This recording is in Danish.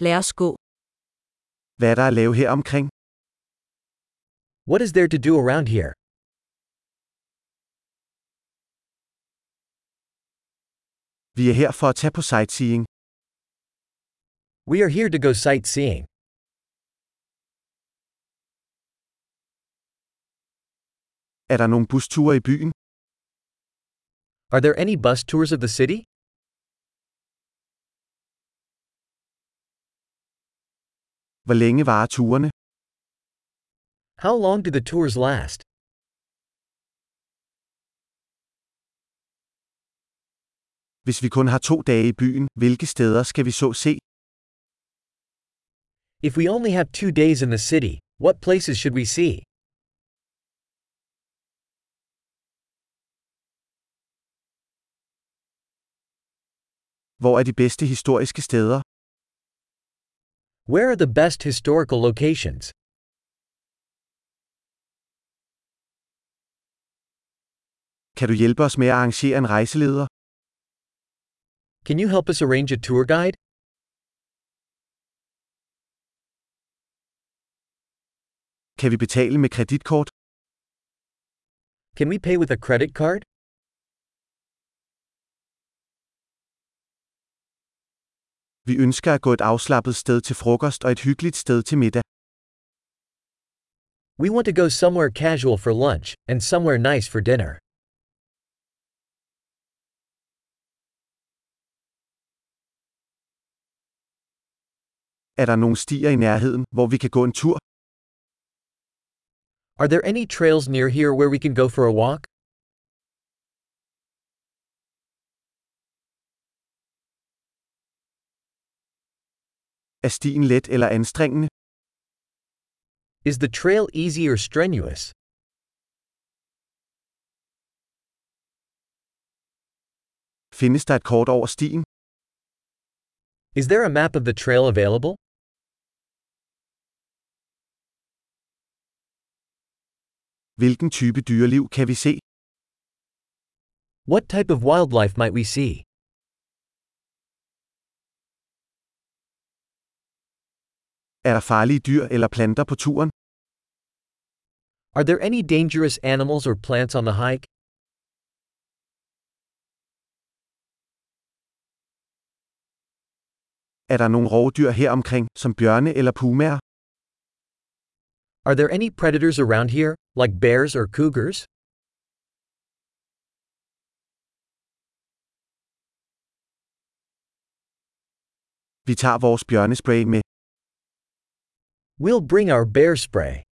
Lad os gå. Hvad er der at lave her omkring? What is there to do around here? Vi er her for at tage på sightseeing. We are here to go sightseeing. Er der nogle busture i byen? Are there any bus tours of the city? Hvor længe varer turene? How long do the tours last? Hvis vi kun har to dage i byen, hvilke steder skal vi så se? If we only have two days in the city, what places should we see? Hvor er de bedste historiske steder? Where are the best historical locations? Kan du hjælpe os med at arrangere en rejseleder? Can you help us arrange a tour guide? Kan vi betale med kreditkort? Can we pay with a credit card? Vi ønsker at gå et afslappet sted til frokost og et hyggeligt sted til middag. We want to go somewhere casual for lunch and somewhere nice for dinner. Er der nogle stier i nærheden, hvor vi kan gå en tur? Are there any trails near here where we can go for a walk? Er stien let eller anstrengende? Is the trail easy or strenuous? Findes der et kort over stien? Is there a map of the trail available? Hvilken type dyreliv kan vi se? What type of wildlife might we see? Er der farlige dyr eller planter på turen? Are there any dangerous animals or plants on the hike? Er der nogle rovdyr her omkring, som bjørne eller pumaer? Are there any predators around here, like bears or cougars? Vi tager vores bjørnespray med. We'll bring our bear spray.